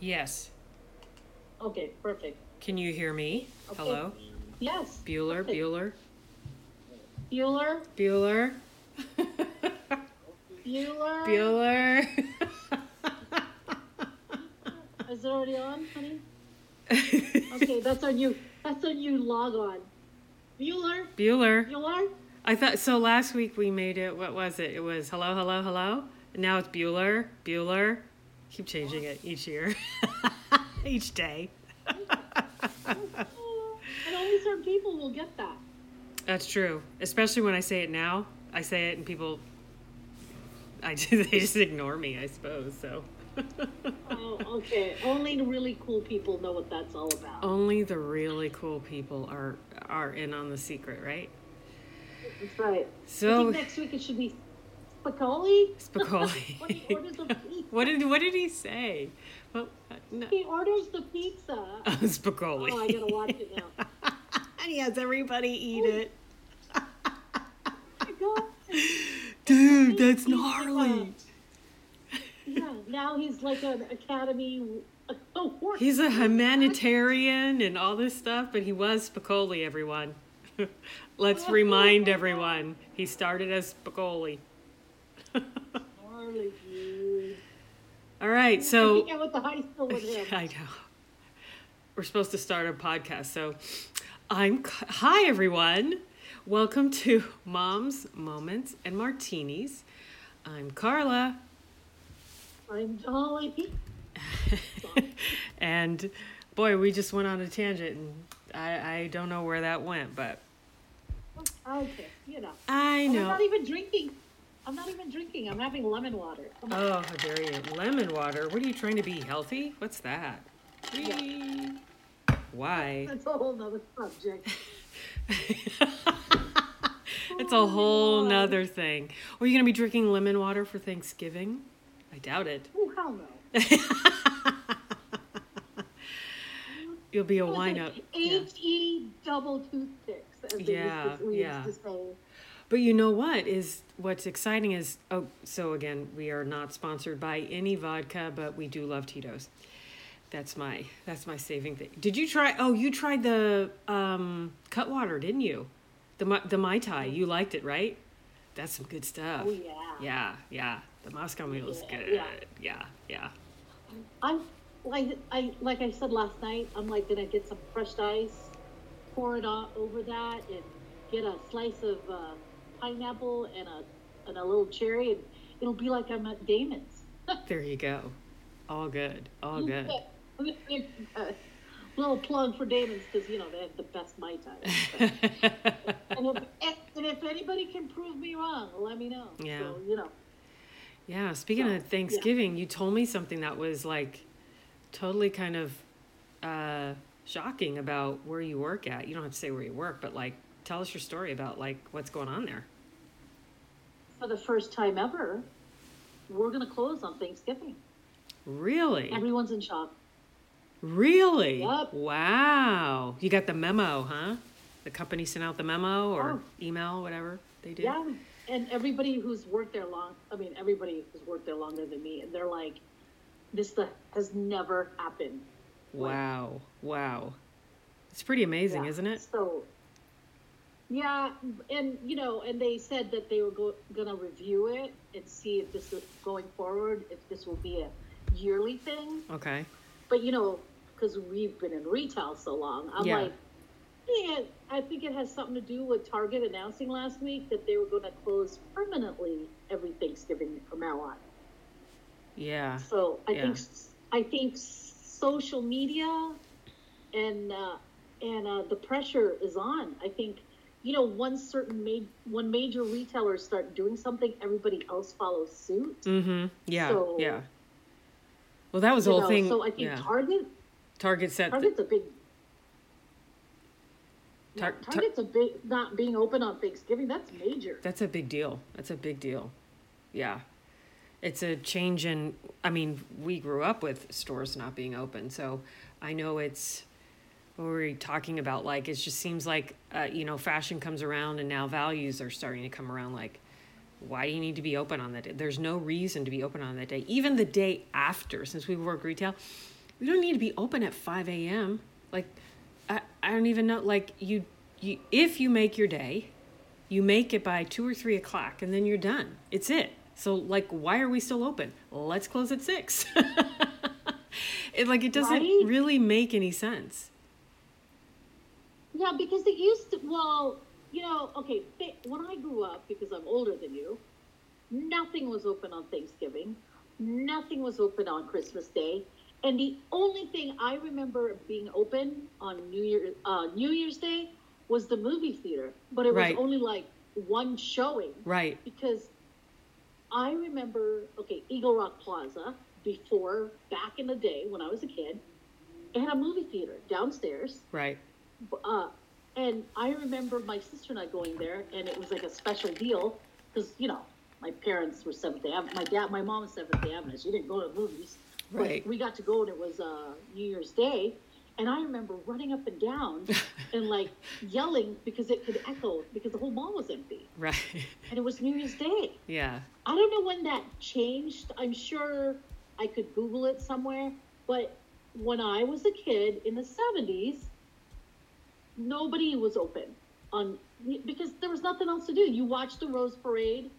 Yes. Okay, perfect. Can you hear me? Okay. Hello? Yes. Bueller, perfect. Bueller, Bueller. Bueller, Bueller. Bueller. Is it already on, honey? Okay, that's on you. That's on you. Log on. Bueller. Bueller. Bueller. I thought so. Last week we made it. What was it? It was hello, hello, hello. And now it's Bueller, Bueller. Keep changing it each year, each day. Oh, and only certain people will get that. That's true. Especially when I say it now. I say it and people, I just, they just ignore me. I suppose so. Oh, okay. Only the really cool people know what that's all about. Only the really cool people are are in on the secret, right? That's right. I So think next week it should be Spicoli. When he Spicoli. orders the pizza. what did what did he say? Well, uh, no. He orders the pizza. Spicoli. Oh, I gotta watch it now. Oh and he has everybody eat it. my God. Dude, He's like a- Yeah, now he's like an Academy Award. He's a humanitarian and all this stuff, but he was Spicoli, everyone. Let's remind everyone he started as Spicoli. Gnarly, dude. All right, I so think I went to high school with him. I know we're supposed to start a podcast. So I'm c- hi everyone, welcome to Moms, Moments, and Martinis. I'm Carla. I'm Jolly. and boy, we just went on a tangent, and I, I don't know where that went, but Okay, you know. I And I'm know. not even drinking. I'm not even drinking. I'm having lemon water. Come on. Oh, how dare you! Lemon water. What are you trying to be healthy? What's that? Whee. Why? That's a whole nother subject. it's a whole nother thing. Are you gonna be drinking lemon water for Thanksgiving? I doubt it. Oh, hell no. You'll be a What was wine it? up. Yeah. H-E double toothpicks, as they Yeah, used to, we yeah. used to say. But you know what is what's exciting is oh so again we are not sponsored by any vodka but we do love Tito's. That's my that's my saving thing. Did you try? Oh, you tried the um, Cutwater, didn't you? The ma- the mai tai. You liked it, right? That's some good stuff. Oh, yeah. Yeah, yeah. The Moscow Mule is Yeah, good. yeah. yeah, yeah. I'm like I like I said last night. I'm like gonna get some fresh ice, pour it on over that, and get a slice of uh, pineapple and a and a little cherry, and it'll be like I'm at Damon's. There you go. All good. All good. little plug for Damon's because you know they have the best mai tai. and, if, and- and if anybody can prove me wrong, let me know. Yeah. So, you know. Yeah, speaking So, of Thanksgiving, you told me something that was like totally kind of uh, shocking about where you work at. You don't have to say where you work, but like tell us your story about like what's going on there. For the first time ever, we're gonna close on Thanksgiving. Really? Everyone's in shock. Really? Yup. Wow. You got the memo, huh? The company sent out the memo or Oh. email, whatever they do. Yeah, and everybody who's worked there long, I mean, everybody who's worked there longer than me, and they're like, this the, has never happened. Wow. Wow. It's pretty amazing, Yeah, isn't it? So, yeah, and you know, and they said that they were go- gonna review it and see if this is going forward, if this will be a yearly thing. Okay. But you know, because we've been in retail so long, I'm Yeah. like, yeah, I think it has something to do with Target announcing last week that they were gonna close permanently every Thanksgiving from now on. Yeah. So I think Yeah. I think social media and uh, and uh, the pressure is on. I think you know once certain ma- when major retailers start doing something, everybody else follows suit. Mm-hmm. Yeah. So- yeah. Well, that was the you whole know? thing. So I think yeah. Target Target set. the- Target's a big. Tar- yeah, tar- Target's a big not being open on Thanksgiving. That's major. That's a big deal. That's a big deal. Yeah. It's a change in, I mean, we grew up with stores not being open. So I know it's, what were we talking about? Like, it just seems like, uh, you know, fashion comes around and now values are starting to come around. Like, why do you need to be open on that day? There's no reason to be open on that day. Even the day after, since we work retail, We don't need to be open at five a.m. Like, I I don't even know. Like you, you if you make your day, you make it by two or three o'clock, and then you're done. It's it. So like, why are we still open? Let's close at six. it like it doesn't Right? really make any sense. Yeah, because it used to. Well, you know, okay. th- When I grew up, because I'm older than you, nothing was open on Thanksgiving. Nothing was open on Christmas Day, and the only thing I remember being open on New Year uh, New Year's Day was the movie theater. But it was Right. only like one showing Right. because I remember, okay, Eagle Rock Plaza before back in the day when I was a kid, it had a movie theater downstairs. Right. Uh, and I remember my sister and I going there, and it was like a special deal because you know my parents were Seventh Day. Advent- My dad, my mom was Seventh Day Adventist. She didn't go to movies. But Right. We got to go, and it was uh, New Year's Day, and I remember running up and down and like yelling because it could echo because the whole mall was empty, Right. and it was New Year's Day. yeah. I don't know when that changed. I'm sure I could Google it somewhere. But when I was a kid in the 70s, nobody was open on because there was nothing else to do. You watched the Rose Parade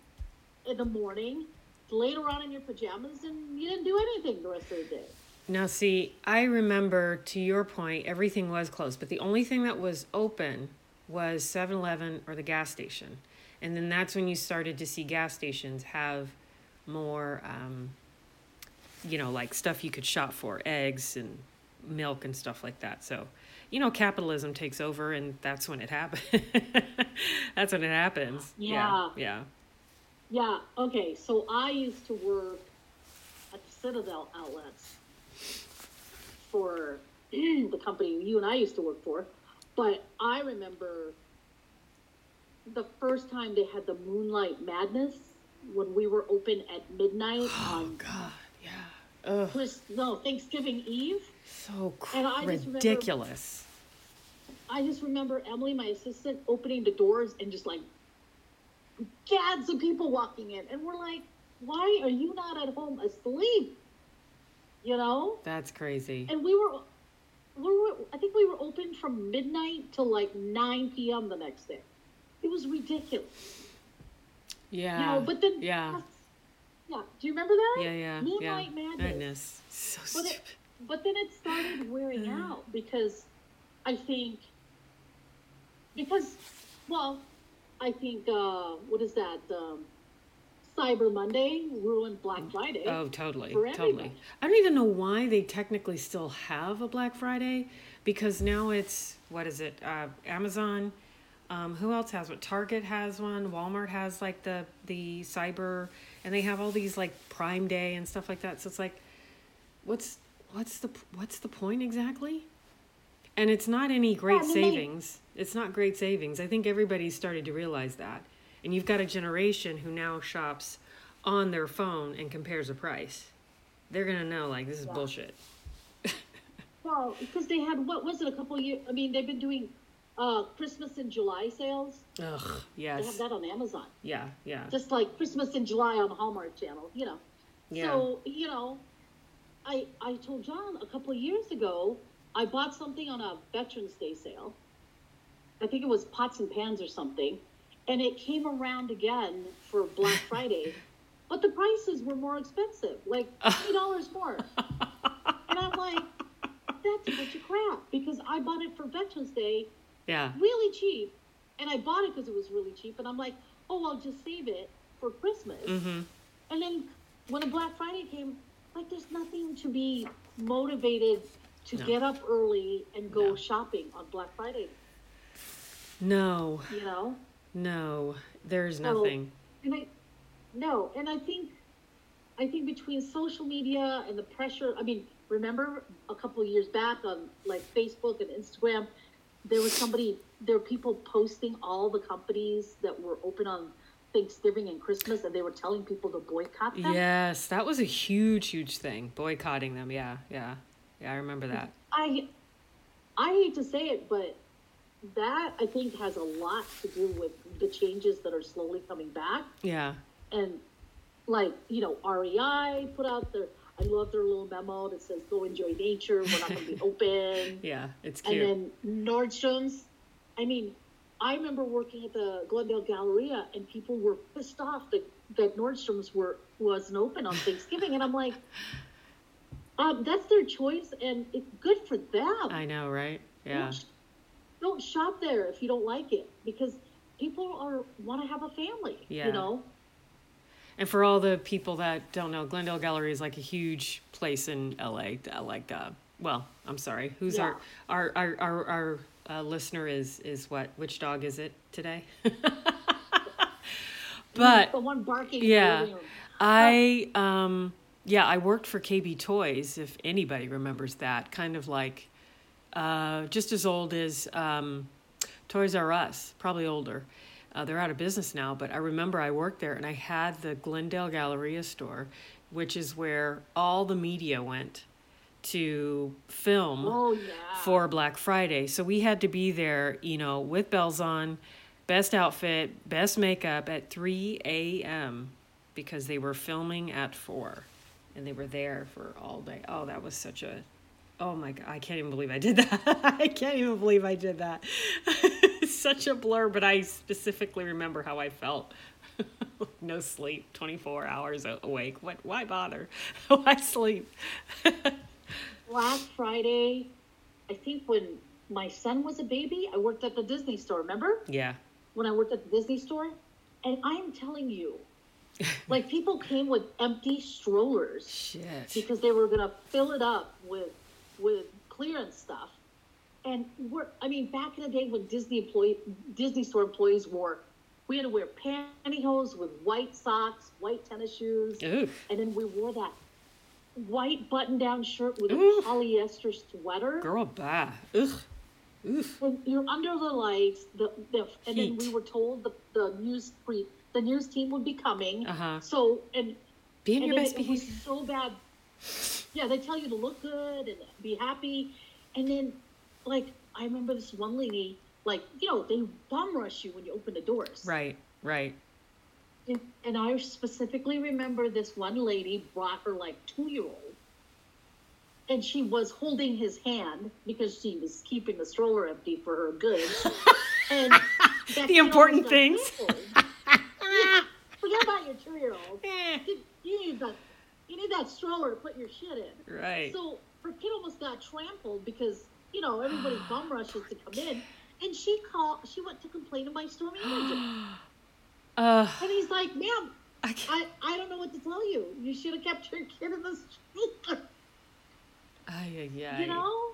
in the morning, later on in your pajamas, and you didn't do anything the rest of the day. Now, see, I remember to your point, everything was closed, but the only thing that was open was 7 Eleven or the gas station. And then that's when you started to see gas stations have more, um, you know, like stuff you could shop for eggs and milk and stuff like that. So, you know, capitalism takes over, and that's when it happens. that's when it happens. Yeah. Yeah. Yeah, okay. So I used to work at the Citadel Outlets for the company you and I used to work for. But I remember the first time they had the Moonlight Madness when we were open at midnight Oh, on God. Yeah. Ugh. Chris, no, Thanksgiving Eve. So cr- And I just remember- ridiculous. I just remember Emily, my assistant, opening the doors and just like gads of people walking in. And we're like, why are you not at home asleep? You know? That's crazy. And we were, we were I think we were open from midnight till like 9 p.m. the next day. It was ridiculous. Yeah. You know, but then, yeah, yeah. Do you remember that? yeah, yeah, yeah. Moonlight Madness. Madness. So But stupid. it, but then it started wearing out because I think because well, I think uh, what is that um, Cyber Monday ruined Black Friday. Oh, totally, for totally. everybody. I don't even know why they technically still have a Black Friday, because now it's what is it? Uh, Amazon. Um, who else has one? Target has one. Walmart has like the the cyber, and they have all these like Prime Day and stuff like that. So it's like, what's what's the what's the point exactly? And it's not any great and then they- savings. It's not great savings. I think everybody's started to realize that. And you've got a generation who now shops on their phone and compares a price. They're going to know, like, this is bullshit. Well, because they had what was it a couple years? I mean, they've been doing uh, Christmas in July sales. Ugh. They have Yes. that on Amazon. Yeah. Yeah. just like Christmas in July on Hallmark Channel, you know. Yeah. So, you know, I I told John a couple of years ago, I bought something on a Veterans Day sale. I think it was pots and pans or something, and it came around again for Black Friday, but the prices were more expensive, like three dollars more. and I'm like, that's a bunch of crap because I bought it for Veterans Day Yeah. really cheap, and I bought it because it was really cheap. And I'm like, oh, I'll just save it for Christmas. Mm-hmm. And then when a Black Friday came, like there's nothing to be motivated to No. get up early and go No. shopping on Black Friday. No. You know, No. There's So- nothing. and I no, and I think I think between social media and the pressure. I mean, remember a couple of years back on like Facebook and Instagram, there was somebody, there were people posting all the companies that were open on Thanksgiving and Christmas, and they were telling people to boycott them. Yes. That was a huge, huge thing. Boycotting them. Yeah. Yeah. Yeah. I remember that. I I hate to say it, but that I think has a lot to do with the changes that are slowly coming back. Yeah. and like you know REI put out their E I love their little memo that says go enjoy nature. We're not going to be open. Yeah, it's And cute. then Nordstrom's. I mean, I remember working at the Glendale Galleria, and people were pissed off that, that Nordstrom's were wasn't open on Thanksgiving, and I'm like, um, that's their choice, and it's good for them. I know, right? Yeah. Don't, sh- don't shop there if you don't like it, because people are want to have a family. Yeah. You know. And for all the people that don't know, Glendale Gallery is like a huge place in LA. uh, Like, uh, well, I'm sorry. Who's Yeah. our our our our, our uh, listener is is what? Which dog is it today? but the one barking. yeah, earlier. I um yeah I worked for KB Toys. If anybody remembers that, kind of like uh, just as old as um, Toys R Us, probably older. Uh, they're out of business now, but I remember I worked there and I had the Glendale Galleria store, which is where all the media went to film Oh yeah. for Black Friday. So we had to be there, you know, with bells on, best outfit, best makeup at 3 a.m. because they were filming at 4 and they were there for all day. Oh, that was such a. Oh my God, I can't even believe I did that. I can't even believe I did that. It's such a blur, but I specifically remember how I felt. no sleep, 24 hours a- awake. What, why bother? why sleep? Black Friday, I think when my son was a baby, I worked at the Disney store. Remember Yeah. when I worked at the Disney store? And I'm telling you, like people came with empty strollers Shit. because they were gonna fill it up with with clearance stuff. And we're I mean, back in the day when Disney employee Disney store employees wore, we had to wear pantyhose with white socks, white tennis shoes Ooh. and then we wore that white button-down shirt with a Ooh. polyester sweater. Girl, bye. Ugh. And you're under the lights. The, the and then we Heat. were told the, the news pre, the news team would be coming. Uh-huh. So and Be in and your then best it, it was behavior. so bad. Yeah, they tell you to look good and be happy, and then like I remember this one lady. Like you know, they bum rush you when you open the doors. Right, right. And, and I specifically remember this one lady brought her like two year old, and she was holding his hand because she was keeping the stroller empty for her goods. and that kid important was a things. two-year-old. yeah, forget about your two year old. Eh, You need that. You need that stroller to put your shit in. right. So her kid almost got trampled because you know everybody bum rushes to come in, and she called. She went to complain to my store manager, uh, and he's like, "Ma'am, I can't. I, I don't know what to tell you. You should have kept your kid in the stroller. Ay, ay, ay. You know?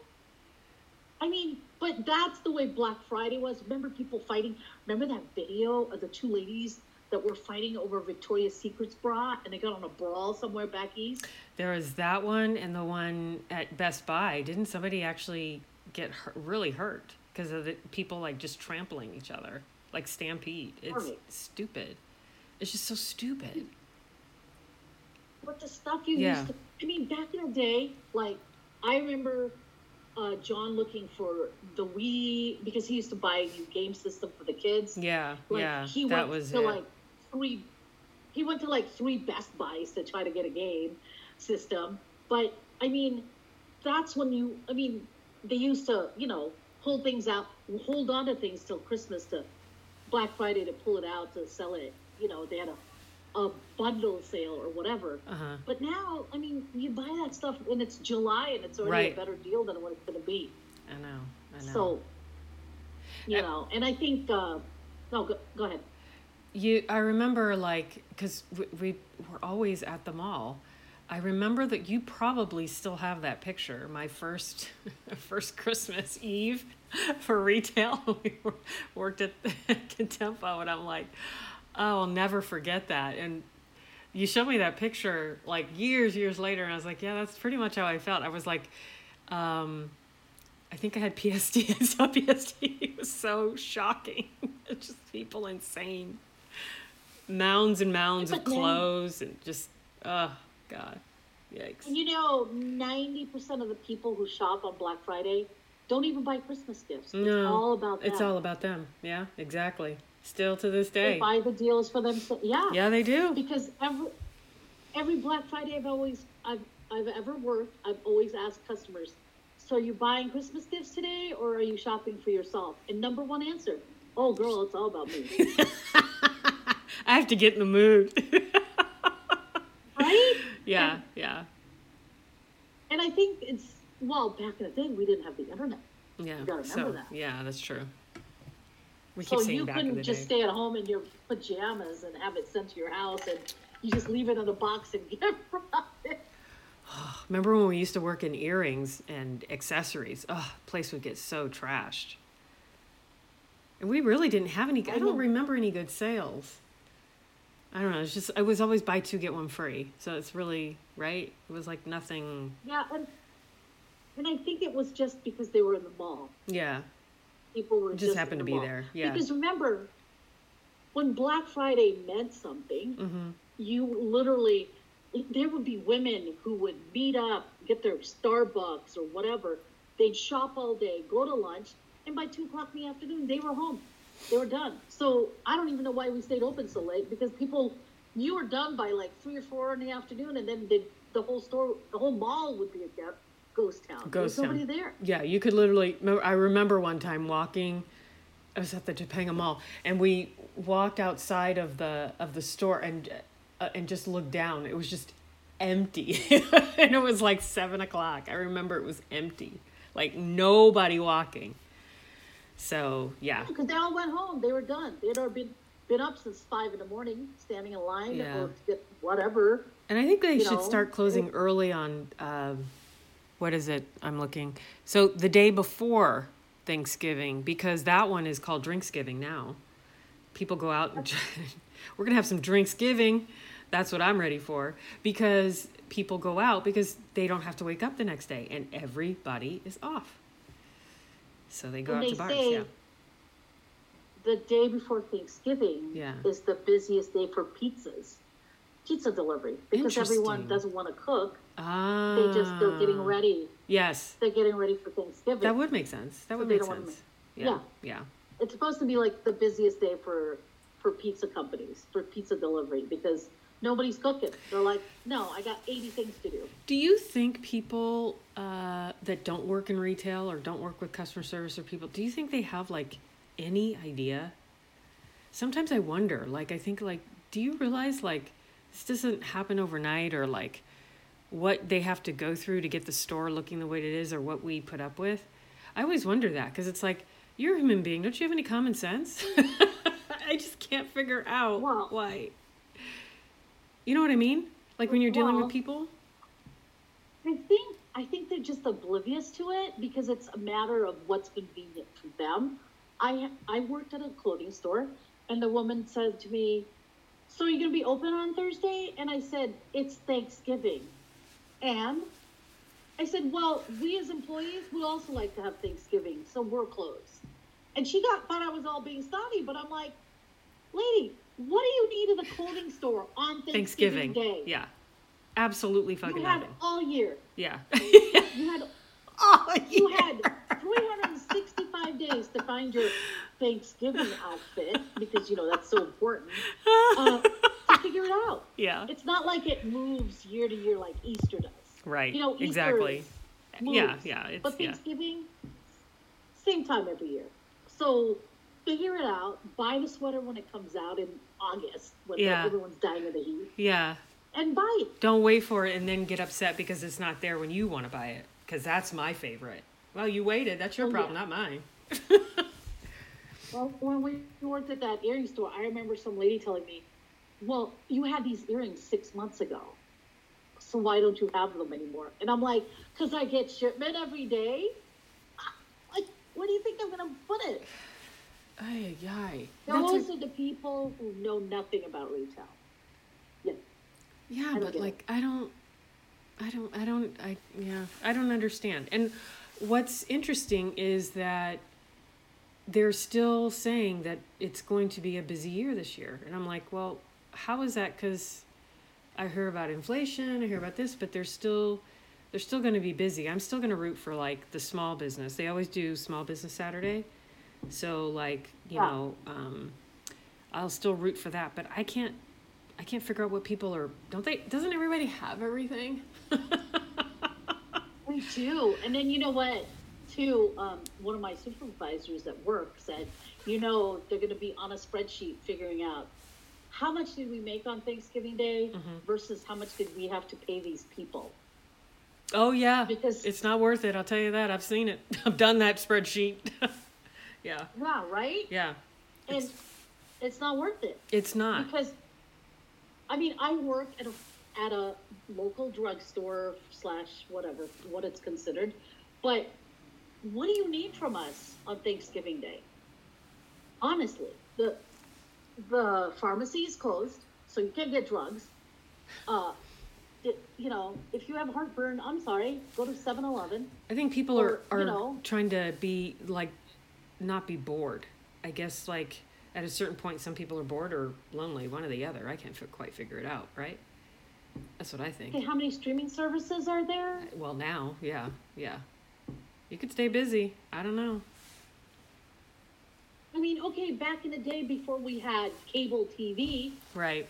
I mean, but that's the way Black Friday was. Remember people fighting? Remember that video of the two ladies that were fighting over Victoria's Secret's bra and they got on a brawl somewhere back east? There was that one and the one at Best Buy. Didn't somebody actually get hurt, really hurt because of the people like just trampling each other, like stampede? It's Right. stupid. It's just so stupid. But the stuff you Yeah. used to. I mean, back in the day, like, I remember uh, John looking for the Wii because he used to buy a new game system for the kids. Yeah, Like yeah. he that went was to it. like three he went to like three Best Buys to try to get a game system. But I mean, that's when you I mean, they used to, you know, hold things out hold on to things till Christmas to Black Friday to pull it out to sell it. You know, they had a, a bundle sale or whatever. uh-huh. But now, I mean, you buy that stuff and it's July and it's already Right. a better deal than what it's gonna be. I know. I know. So you I- know, and I think uh no go, go ahead. You, I remember like because we, we were always at the mall. I remember that you probably still have that picture. My first, first Christmas Eve for retail, we were, worked at Contempo, and I'm like, oh, I'll never forget that. And you showed me that picture like years, years later, and I was like, yeah, that's pretty much how I felt. I was like, um, I think I had PSD and so PSD. It was so shocking. It's just people insane. Mounds and mounds of But now- clothes and just, oh, God. Yikes. You know, ninety percent of the people who shop on Black Friday don't even buy Christmas gifts. No, it's all about them. It's all about them. Yeah, exactly. Still to this they day. buy the deals for them. So, yeah, Yeah, they do. because every every Black Friday, I've always I've I've ever worked, I've always asked customers, so are you buying Christmas gifts today or are you shopping for yourself? And number one answer, oh, girl, it's all about me. I have to get in the mood. right? yeah, yeah, And I think it's, well, back in the day, we didn't have the internet. yeah. gotta remember So that. yeah, that's true. We keep So saying you back in the couldn't just day. stay at home in your pajamas and have it sent to your house and you just leave it in a box and get from it. Remember when we used to work in earrings and accessories? Oh, place would get so trashed. And we really didn't have any. I know. don't remember any good sales. I don't know. It's just I was always buy two get one free. So it's really right. It was like nothing. Yeah, and and I think it was just because they were in the mall. Yeah, People were It just, just in happened the to be mall. there, yeah. Because remember, when Black Friday meant something, Mm-hmm. you literally there would be women who would meet up, get their Starbucks or whatever. They'd shop all day, go to lunch, and by two o'clock in the afternoon, they were home. They were done. So I don't even know why we stayed open so late because people, you were done by like three or four in the afternoon, and then the, the whole store, the whole mall would be a gap, ghost town. there was Ghost town. nobody there. Yeah, you could literally. remember- I remember one time walking. I was at the Topanga Mall, and we walked outside of the of the store and uh, and just looked down. It was just empty, and it was like seven o'clock. I remember it was empty, like nobody walking. So yeah, because they all went home. They were done. They'd already been been up since five in the morning, standing in line Yeah. or to get whatever. and I think they You should know, start closing early on. um what is it? I'm looking. So the day before Thanksgiving, because that one is called Drinksgiving now. people go out and we're gonna have some drinks giving that's what i'm ready for because people go out because they don't have to wake up the next day and everybody is off so they go And out they to bars say- yeah The day before Thanksgiving Yeah. is the busiest day for pizzas, pizza delivery, because everyone Interesting. doesn't want to cook. ah They just they're getting ready. yes They're getting ready for Thanksgiving. that would make sense that would they make don't wanna sense make- yeah yeah it's supposed to be like the busiest day for for pizza companies for pizza delivery because nobody's cooking. They're like, no, I got eighty things to do. do you think people uh, that don't work in retail or don't work with customer service or people do you think they have like any idea sometimes I wonder, like, I think, like, do you realize, like, this doesn't happen overnight or, like, what they have to go through to get the store looking the way it is or what we put up with? I always wonder that because it's like, you're a human being. Don't you have any common sense? I just can't figure out Well- why. You know what I mean? Like, when you're dealing Well- with people? I think I think they're just oblivious to it because it's a matter of what's convenient for them. I I worked at a clothing store, and the woman said to me, "So are you gonna be open on Thursday?" And I said, "It's Thanksgiving," and I said, "Well, we as employees would also like to have Thanksgiving, so we're closed." And she got thought I was all being snotty, but I'm like, "Lady, what do you need at the clothing store on Thanksgiving, Thanksgiving. Day? Yeah. Absolutely you fucking had nothing. all year. Yeah. You had." oh, You had 365 days to find your Thanksgiving outfit because you know that's so important uh, to figure it out. yeah. It's not like it moves year to year like Easter does. Right. You know, Easter exactly. is- Yeah, moves. yeah. It's, but yeah. Thanksgiving, same time every year. So figure it out. Buy the sweater when it comes out in August when Yeah. everyone's dying of the heat, Yeah. and buy it. Don't wait for it and then get upset because it's not there when you want to buy it. Because that's my favorite. Well, you waited. That's your Oh, problem, yeah. not mine. Well, when we worked at that earring store, I remember some lady telling me, "Well, you had these earrings six months ago, so why don't you have them anymore?" And I'm like, "Cause I get shipment every day. Like, where do you think I'm gonna put it?" Ay, ay. Those are the people who know nothing about retail. Yeah, yeah, don't but get it. like I don't, I don't, I don't, I yeah, I don't understand. And what's interesting is that they're still saying that it's going to be a busy year this year, and I'm like, well, how is that? Because I hear about inflation, I hear about this, but they're still they're still going to be busy. I'm still going to root for like the small business. They always do small business Saturday. So like, you Yeah. know, um I'll still root for that, but I can't I can't figure out what people are don't they doesn't everybody have everything? They do. And then you know what? Too, um, one of my supervisors at work said, you know, they're going to be on a spreadsheet figuring out how much did we make on Thanksgiving Day versus how much did we have to pay these people. Oh yeah, Because- it's not worth it. I'll tell you that. I've seen it. I've done that spreadsheet. yeah, Yeah, right? yeah. And it's not worth it. It's not. because I mean I work at a at a local drugstore slash whatever what it's considered, but what do you need from us on Thanksgiving Day? Honestly, the the pharmacy is closed, so you can't get drugs. Uh, d- you know, if you have heartburn, I'm sorry, go to 7-Eleven. I think people are are or, you know- trying to be like, not be bored. I guess like at a certain point, some people are bored or lonely, one or the other. I can't fi- quite figure it out, right? That's what I think. Okay, how many streaming services are there? Well, now, yeah, yeah. You could stay busy. I don't know. I mean, okay, back in the day before we had cable TV, Right.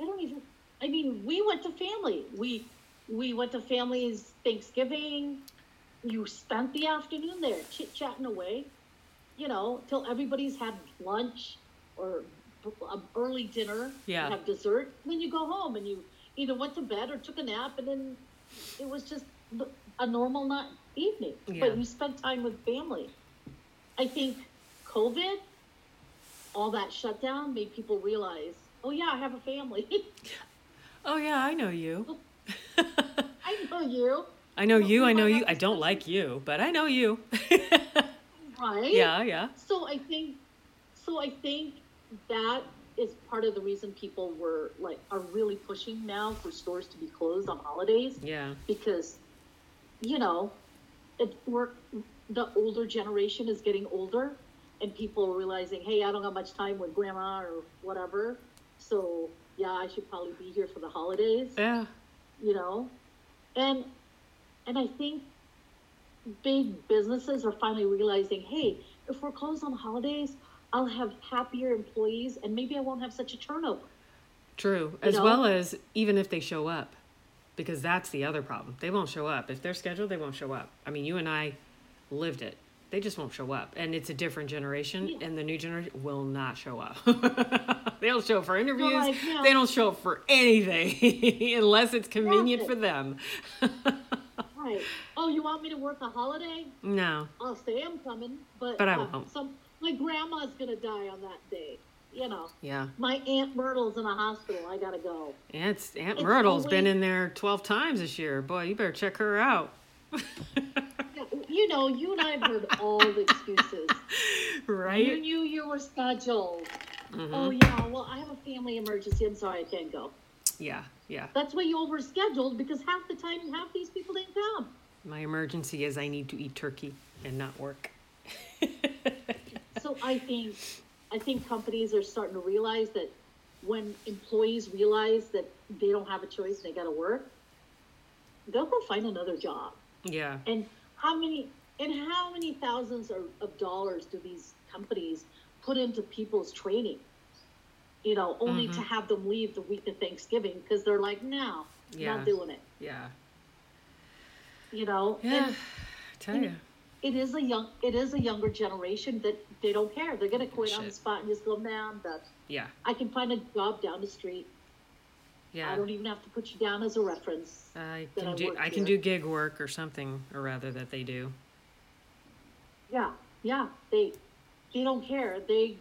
I don't even. I mean, we went to family. We we went to family's Thanksgiving. You spent the afternoon there, chit chatting away, you know, till everybody's had lunch or b- a early dinner. Yeah. You have dessert, then you go home and you either went to bed or took a nap, and then it was just l- a normal not evening. Yeah. But you spent time with family. I think COVID, all that shutdown made people realize, oh yeah, I have a family. Oh yeah, I know you. I know you, I know Well, you. we I know might you. have I this don't person- like you, but I know you. right? yeah, yeah. So I think, so I think that is part of the reason people were like are really pushing now for stores to be closed on holidays Yeah. because, you know, it we're the older generation is getting older, and people are realizing, hey, I don't have much time with grandma or whatever, so yeah, I should probably be here for the holidays. Yeah. you know and and i think big businesses are finally realizing hey if we're closed on holidays i'll have happier employees and maybe i won't have such a turnover True. As know? well as even if they show up, because that's the other problem. They won't show up. If they're scheduled, they won't show up. I mean, you and I lived it. They just won't show up. And it's a different generation, Yeah. and the new generation will not show up. they don't show up for interviews. like, yeah. They don't show up for anything unless it's convenient for Nothing. them. right oh you want me to work a holiday No. i'll say i'm coming but But I uh, won't. some my grandma's gonna die on that day you know Yeah. my aunt myrtle's in a hospital i gotta go Aunt's, Aunt It's Myrtle's been always- in there 12 times this year. Boy, you better check her out. Yeah, you know you and i have heard all the excuses Right? you knew you were scheduled oh yeah well i have a family emergency i'm sorry i can't go yeah. Yeah. That's why you overscheduled because half the time half these people didn't come. My emergency is I need to eat turkey and not work. So I think I think companies are starting to realize that when employees realize that they don't have a choice and they got to work, they'll go find another job. Yeah. And how many and how many thousands of, of dollars do these companies put into people's training? You know, only Mm-hmm. to have them leave the week of Thanksgiving because they're like, no, Yeah. not doing it. Yeah. You know, Yeah. And- I tell you. it is a young it is a younger generation that they don't care. They're gonna quit on the Shit. spot and just go, nah, I'm done. Yeah. I can find a job down the street. I Yeah. Uh, don't even have to put you down as a reference. I that can I do work I can do here. gig work or something or rather that they do. Yeah, yeah. They they don't care. They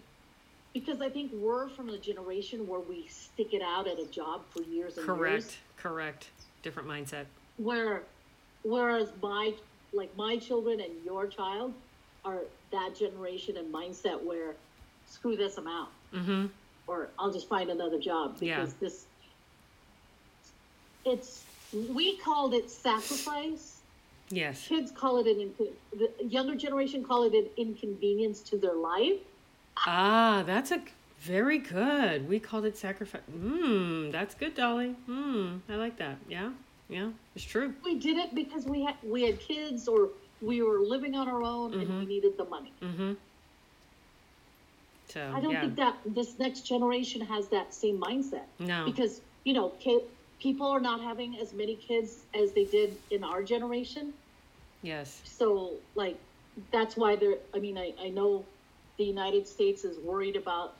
because I think we're from a generation where we stick it out at a job for years and years. Correct. Correct. Different mindset. Where whereas my like my children and your child are that generation and mindset where screw this I'm out. Mhm. or I'll just find another job Yeah. because this it's we called it sacrifice. Yes. Kids call it an incon- the younger generation call it an inconvenience to their life. Ah, that's a g- very good. We called it sacrifice. Mmm, that's good, Dolly. Mmm, I like that. Yeah, yeah, it's true. We did it because we had we had kids or we were living on our own and we needed the money. Mm-hmm. So I don't yeah, think that this next generation has that same mindset. No. Because, you know, ki people are not having as many kids as they did in our generation. Yes. So like that's why they're I mean I, I know the United States is worried about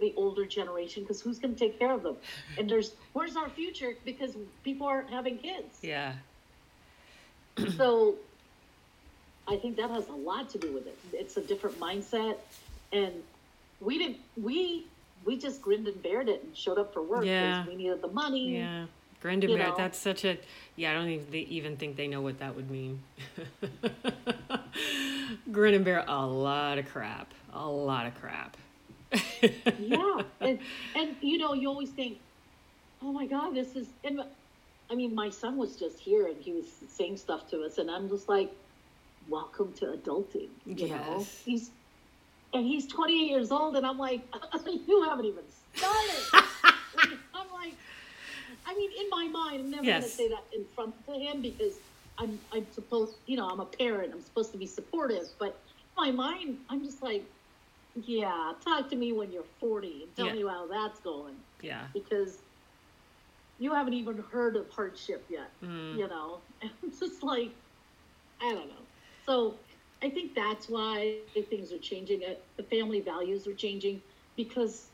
the older generation because who's going to take care of them? And there's where's our future because people aren't having kids. Yeah. So I think that has a lot to do with it. It's a different mindset and we didn't we we just grinned and bared it and showed up for work because Yeah. we needed the money. Yeah. Grinda You Bear, know. that's such a yeah, I don't even they even think they know what that would mean. Grin and Bear a lot of crap. A lot of crap. yeah and, and you know you always think oh my god this is and i mean my son was just here and he was saying stuff to us and i'm just like welcome to adulting you know Yes. he's and he's 28 years old and i'm like you haven't even started i'm like i mean in my mind i'm never going Yes. to say that in front to him because i'm i'm supposed you know i'm a parent i'm supposed to be supportive but in my mind i'm just like yeah, talk to me when you're 40 and tell Yeah. me how that's going Yeah. because you haven't even heard of hardship yet, Mm. you know? And it's just like, I don't know. So I think that's why things are changing. Uh, The family values are changing because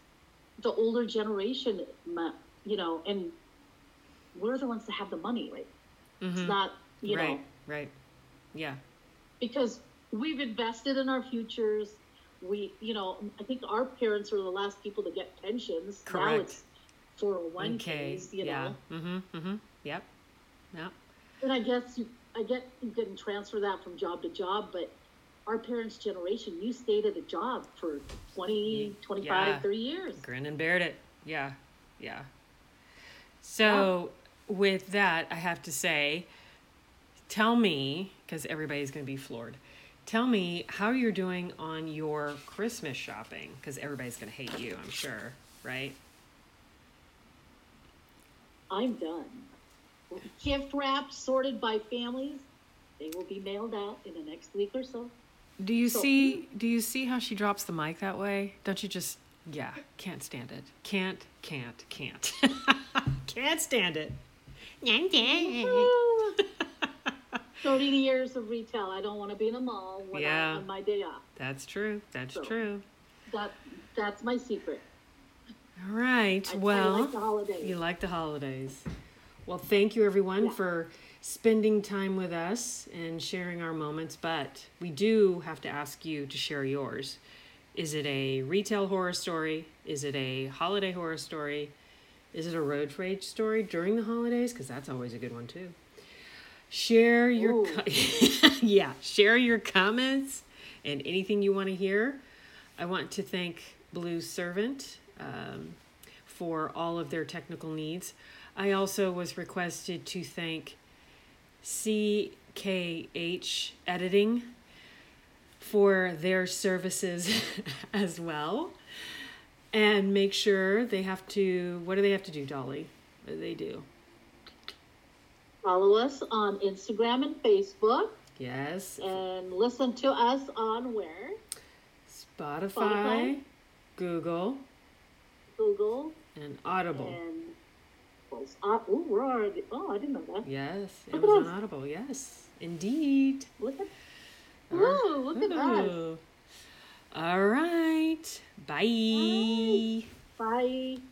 the older generation, ma- you know, and we're the ones that have the money, right? It's Mhm. not, you right. know, Right. Yeah. because we've invested in our futures. We, you know, I think our parents were the last people to get pensions. Now Correct. it's 401ks, you yeah. know. Mhm. Mhm. Yep. Yep. And I guess you, I get you can transfer that from job to job, but our parents' generation, you stayed at a job for 20, 25, yeah. 30 years. Grin and bared it. Yeah. Yeah. So with that, I have to say, tell me, because everybody's going to be floored. Tell me how you're doing on your Christmas shopping, because everybody's going to hate you, I'm sure, right? I'm done. Gift wrapped, sorted by families. They will be mailed out in the next week or so. Do you So- see? Do you see how she drops the mic that way? Don't you just? Yeah, can't stand it. Can't, can't, can't, can't stand it. Ah. 30 years of retail. I don't want to be in a mall when Yeah. I, on my day off. That's true. That's So- true. That that's my secret. All right. I, I well, like the holidays. You like the holidays. Well, thank you everyone Yeah. for spending time with us and sharing our moments, but we do have to ask you to share yours. Is it a retail horror story? Is it a holiday horror story? Is it a road rage story during the holidays? Because that's always a good one, too. Share your Ooh. co- yeah, share your comments and anything you want to hear. I want to thank Blue Servant um, for all of their technical needs. I also was requested to thank CKH Editing for their services as well. And make sure they have to, what do they have to do, Dolly? What do they do? Follow us on Instagram and Facebook Yes, and listen to us on where? Spotify, Spotify. Google, Google and Audible. and well, uh, ooh, we're already oh I didn't know that. Yes, Look at Amazon us. Audible. Yes, indeed. Look at Our- Ooh, look at us. Ooh. All right. Bye. Bye.